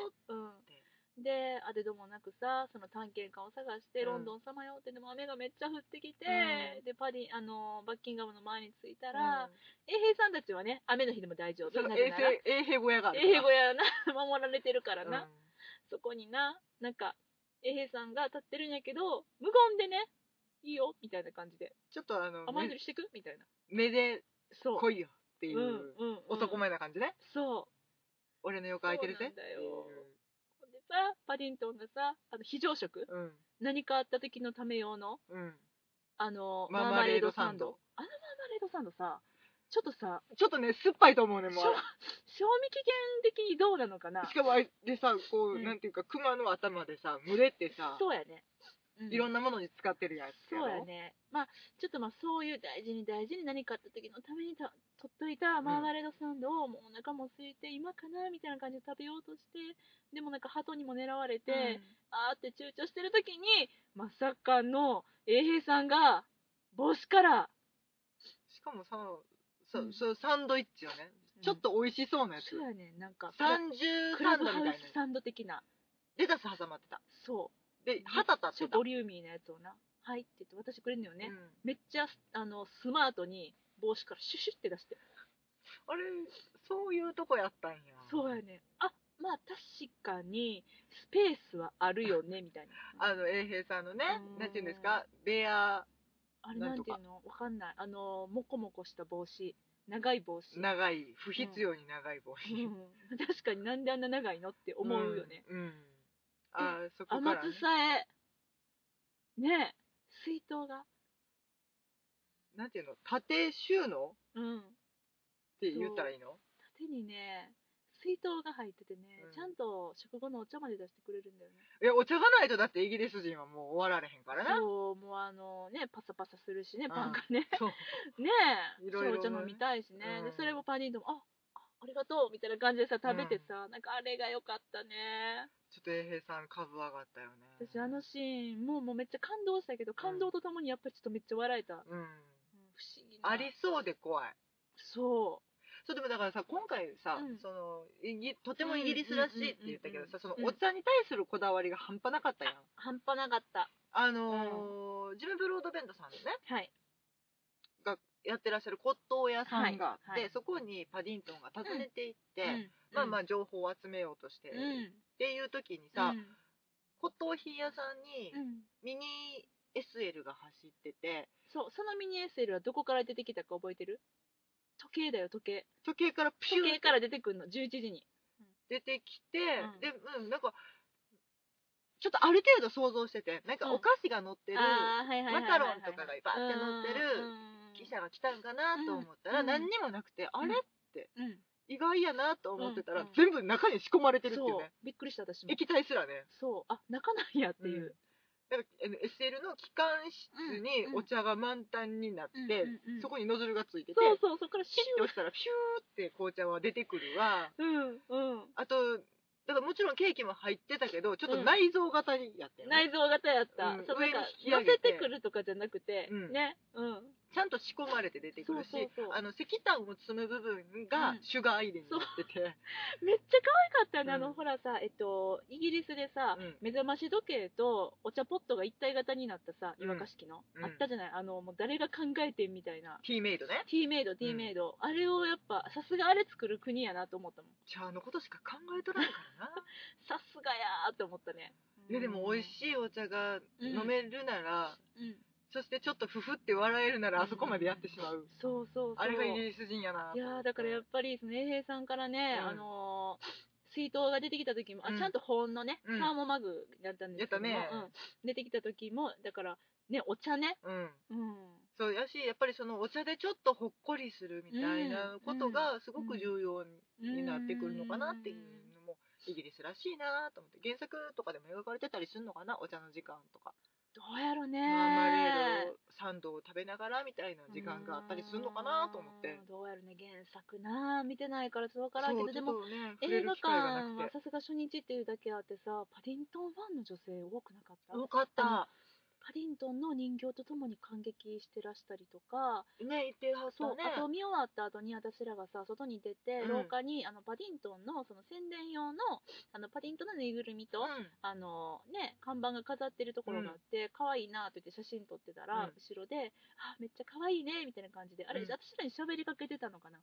う、ん、であれどもなくさその探検家を探してロンドンさまよってでも雨がめっちゃ降ってきて、うでパディあのーバッキンガムの前に着いたうら、ん衛兵さんたちはね雨の日でも大丈そ夫のなぜ衛なら星衛兵小屋があるから。衛兵小屋な守られてるからな、うんそこにななんか衛兵さんが立ってるんやけど無言でねいいよみたいな感じでちょっとあの雨宿りしてくみたいな目でそう来いよってういんうんううん、男前な感じね、そう俺の横空いてるぜっていほんでさパディントンがさあの非常食ううん何かあった時のため用のうんあのマーマレードサンドあのマーマレードサンドさちょっとさちょっとね酸っぱいと思うね賞も賞う味期限的にどうなのかなしかもあれでさこう、うんなんていうか熊の頭でさ群れってさそうやね、うんいろんなものに使ってるやつそうやねねまあちょっとまあそういう大事に大事に何かあった時のためにた取っといたマーマレードサンドをもうお腹も空いて今かなみたいな感じで食べようとしてでもなんか鳩にも狙われて、あーって躊躇してる時にまさかの衛兵さんが帽子からしかもさそ,、うんそうサンドイッチよねうんちょっと美味しそうなやつ、そうやねんなんか30クサランドブみたハいウなやスサンド的なつレタス挟まってたそでう旗立ちょってったとボリューミーなやつをなはいって言って私くれんのよね、うんめっちゃあのスマートに帽子からシュシュって出してあれそういうとこやったんやそうやねんあまあ確かにスペースはあるよねみたいなあの衛兵さんのねうんなんていうんですかベアあれなんていうのわかんないあのモコモコした帽子長い帽子、長い不必要に長い帽う子、ん、確かになんであんな長いのって思うよね、うん、うんあーそこか甘ら、ね酢、さえねえ水筒がなんていうの縦収納っうんて言ったらいいの手にね水筒が入っててね、うんちゃんと食後のお茶まで出してくれるんだよねいやお茶がないとだってイギリス人はもう終わられへんからなそうもうあのねパサパサするしねうんパンが ね そうねえいろいろなねそうお茶飲みたいしね、うんでそれもパニードもああありがとうみたいな感じでさ食べてさ、なんかあれが良かったねちょっと衛兵さん株上がったよね私あのシーンもうもうめっちゃ感動したけど感動とともにやっぱりちょっとめっちゃ笑えた、うんうん不思議なありそうで怖いそそうでもだからさ今回さ、うんそのイギとてもイギリスらしいって言ったけどうさんそうんのうんうんお茶に対するこだわりが半端なかったやんう半端なかったあのージム・ブロードベンドさんのねはいがやってらっしゃる骨董屋さんが、はいはいでそこにパディントンが訪ねていって、うんまあまうあ情報を集めようとして、んうんっていう時にさ、うん骨董品屋さんにうんミニ SL が走っててそう、そのミニ SL はどこから出てきたか覚えてる時計だよ、時計。時計からプシュ時ッ計から出てくるの、11時に。出てきて、んで、うん、なんかちょっとある程度想像しててなんかお菓子が乗ってる、ああ、はいはいはいはいはい。マカロンとかがバーって乗ってるうん記者が来たんかなと思ったら、うん何にもなくて、あれうん。意外やなと思ってたら、うん全部中に仕込まれてるってそいううね、びっくりした私も。液体すらねそう、あ、泣かないやっていう。なんかあの SL の機関室にうんお茶が満タンになって、うんうんうんそこにノズルがついててそうそう、そこからシシュッて押したらピューって紅茶は出てくるわュッ。うん、うん。あとだからもちろんケーキも入ってたけどちょっと内臓型やったよね、内臓型やった。うんそう、な上んにか引、き上寄げせててくるとかじゃなくて、うんね。うん。ちゃんと仕込まれて出てくるしそうそうそうあの石炭を積む部分がうんシュガーアイレンになってて、めっちゃ可愛かったよね、うんあの、ほらさ、えっと、イギリスでさ、うん目覚まし時計とお茶ポットが一体型になったさ、うん湯沸かし器の、うんあったじゃない、あの、もう誰が考えてんみたいな。ティーメイドねティーメイド、ティーメイド。あれをやっぱ、さすがあれ作る国やなと思ったもん。茶のことしか考えとらんからなさすがやーって思ったね。いやでも美味しいお茶が飲めるなら、い。うん。そしてちょっとフフって笑えるならあそこまでやってしまう、そうそうそう。あれがイギリス人やないやーだからやっぱりその衛平さんからね、うんあのー水筒が出てきた時も、うあんちゃんと保温のね、うんサーモマグだったんですけども、やったうねん、出てきた時もだからねお茶ね、うんうん、そうやしやっぱりそのお茶でちょっとほっこりするみたいなことがすごく重要になってくるのかなっていうのもイギリスらしいなと思って原作とかでも描かれてたりするのかなお茶の時間とかどうやろねマーマレードをサンドを食べながらみたいな時間があったりするのかなと思ってうんどうやろね原作な見てないからちょっとわからんけそうどちでょっもとね触れ映る画機会が館なはくてさすが初日っていうだけあってさパディントンファンの女性多くなかった多かったパディントンの人形とともに感激してらしたりとかね行ってはったそう、ねあと見終わった後に私らがさ外に出て、うん廊下にあのパディントンのその宣伝用のあのパディントンのぬいぐるみと、うんあのね、看板が飾ってるところがあって、可愛いなって言って写真撮ってたら、うん後ろであめっちゃ可愛いねみたいな感じであれ、うん私らに喋りかけてたのかな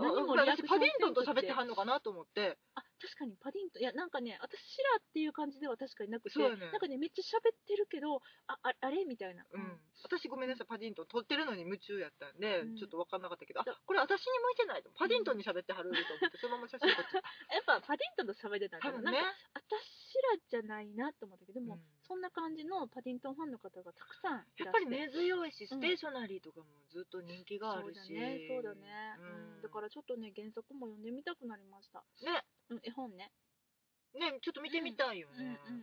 あ何もリアクシ私ョンパディントンと喋ってはんのかなと思ってあ確かにパディントンいやなんかね私らっていう感じでは確かになくて、そうやねなんかねめっちゃ喋ってるけどあああれみたいな、うん、私ごめんなさいパディントン撮ってるのに夢中やったんで、うんちょっと分かんなかったけどあそうこれ私に向いてないとパディントンに喋ってはると思ってそのまま写真撮っちゃっやっぱパディントンと喋ってたんただけ多ど、な分んねか私らじゃないなと思ったけどでも、うんそんな感じのパディントンファンの方がたくさんいやらっしゃてぱり根強いし、うんステーショナリーとかもずっと人気があそうるしだねそうだね、うんだかららちょっとね原作も読んでみたくなりました、ねうん、絵本ねねちょっと見てみたいよね、うん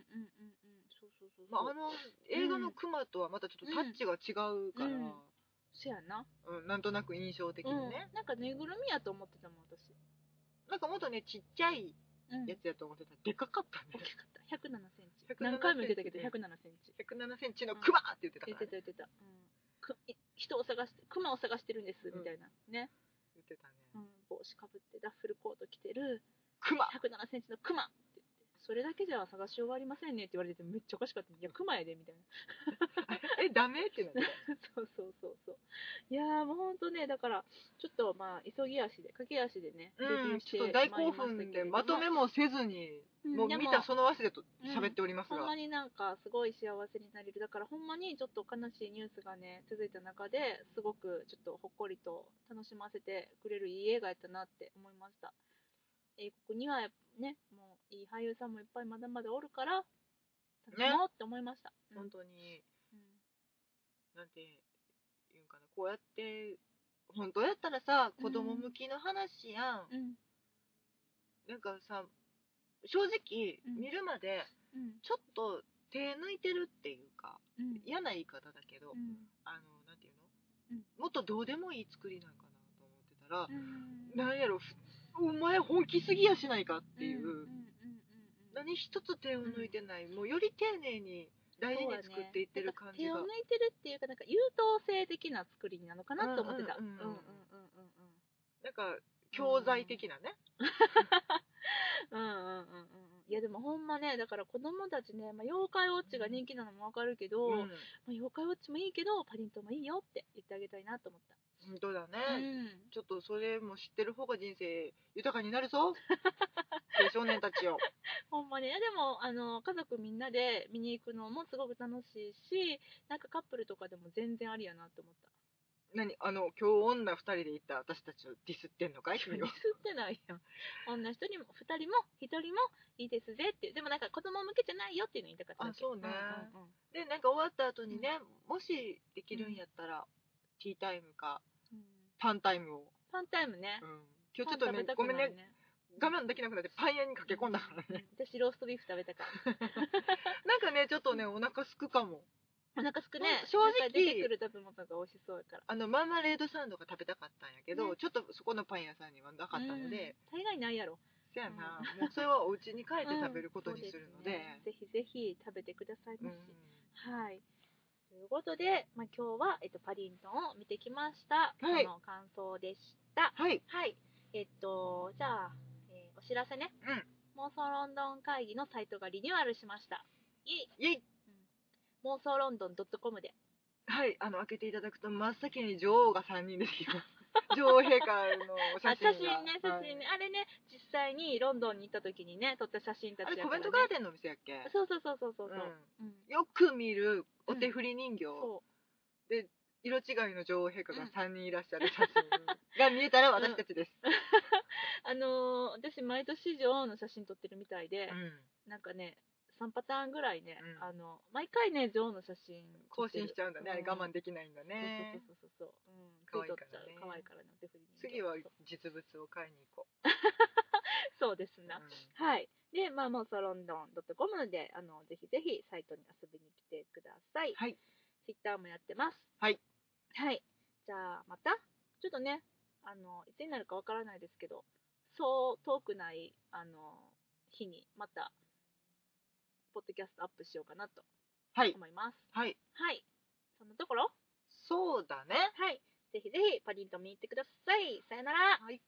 うんうんうんうんそうそうそうそう、まあ、あの映画のクマとはまたちょっとタッチが違うから、うんそやな、うんなんとなく印象的にね、うん、なんかぬいぐるみやと思ってたもん私、なんかもっとねちっちゃいうん、やつやと思ってたらでかかった大ねきかった1 0 7センチ107何回も言ってたけど1 0 7 107センチ107センチのクマって言ってた言からってね、た言ってた、うん、くい人を探して熊を探してるんですみたいな、ね、言ってたうん、ね、帽子かぶってダッフルコート着てるクマ1 0 7センチのクマって言ってそれだけじゃ探し終わりませんねって言われててめっちゃおかしかったいやクマやでみたいな えダメってなってそうそうそうそういやーもうほんとねだからちょっとまあ急ぎ足で駆け足でね、うん、してちょっと大興奮でまとめもせずに、ももう見たその足でと喋っておりますほんがま、になんかすごい幸せになれるだからほんまにちょっと悲しいニュースがね続いた中ですごくちょっとほっこりと楽しませてくれるいい映画やったなって思いました英国にはやっぱねもういい俳優さんもいっぱいまだまだおるから楽しもうって思いました、うん本当に、うんなんていうんかな、こうやって、本当やったらさ、うん子供向きの話やん、うんなんかさ、正直、うん見るまで、うんちょっと手抜いてるっていうか、うん嫌な言い方だけど、うんあの、なんていううの、んもっとどうでもいい作りなんかなと思ってたうんら、なんやろ、ふお前本気すぎやしないかっていう。んんんうん何一つ手を抜いてない、もうより丁寧に大事に作っていってる感じが、そうやねなんか手を抜いてるっていうかなんか優等生的な作りなのかなと思ってたうんうんうんうんなんか教材的なね、うんうんうんうんいやでもほんまねだから子供たちね、まあ、妖怪ウォッチが人気なのもわかるけど、うんまあ、妖怪ウォッチもいいけどパリントンもいいよって言ってあげたいなと思っ本当だね、た、ちょっ とそれも知ってる方が人生豊かになるぞ青少年たちをほほんまにいやでもあの家族みんなで見に行くのもすごく楽しいしなんかカップルとかでも全然ありやなって思った何あの今日女2人で行った私たちをディスってんのかいミ君はスってないやん女一人も2人も1人もいいですぜっていうでもなんか子供向けじゃないよっていうの言いたかっただけ あそうねんうんうんでなんか終わった後にね、もしできるんやったら、ティータイムかうんパンタイムを、パンタイムねうん今日ちょっとパン食べねたごくなめんるねね我慢できなくなってパン屋に駆け込んだからね私ローストビーフ食べたから なんかねちょっとねお腹すくかもお腹すく ね正直なんか出てくる食べ物が美味しそうやからあのマーマレードサンドが食べたかったんやけど、ねちょっとそこのパン屋さんにはなかったので、うん大概ないやろせやな、もうそれはお家に帰って食べることうんにするの そうで,、すねぜひぜひ食べてくださいまし、うんはいということで、まあ、今日は、えっと、パディントンを見てきました、はいその感想でしたはいはいえっとじゃあ、えーお知らせね、妄想ロンドン会議のサイトがリニューアルしましたイイェイェイ妄想ロンドン .com ではいあの開けていただくと真っ先に女王が3人出てき ます女王陛下のあ写真写が真ね写真ね、あれね実際にロンドンに行った時にね撮った写真たはいあちれやからコメンねトガーデンのお店やっけそうそうそうそうそうそう、ううんんよく見るお手振り人形、そ色違いの女王陛下が3人いらっしゃる写真が見えたら私たちです、うあのー私毎年女王の写真撮ってるみたいで、うんなんかね3パターンぐらいね、うんあの毎回ね女王の写真撮更ってる新しちゃうんだね、あれ我慢できないんだねそうそうそうそうそう、うん、可愛い撮っかちゃらうね可愛いからねお手振り人形次はそう実物を買いに行こそうですう、な、うんはいでまあもうサロンドン .com であのぜひぜひサイトに遊びに来てくださいはいツイッターもやってますはいはいじゃあまたちょっとねあのいつになるかわからないですけどそう遠くないあの日にまたポッドキャストアップしようかなとはい思いますはいはいそんなところそうだねはいぜひぜひパディントン見に行ってくださいさよならはい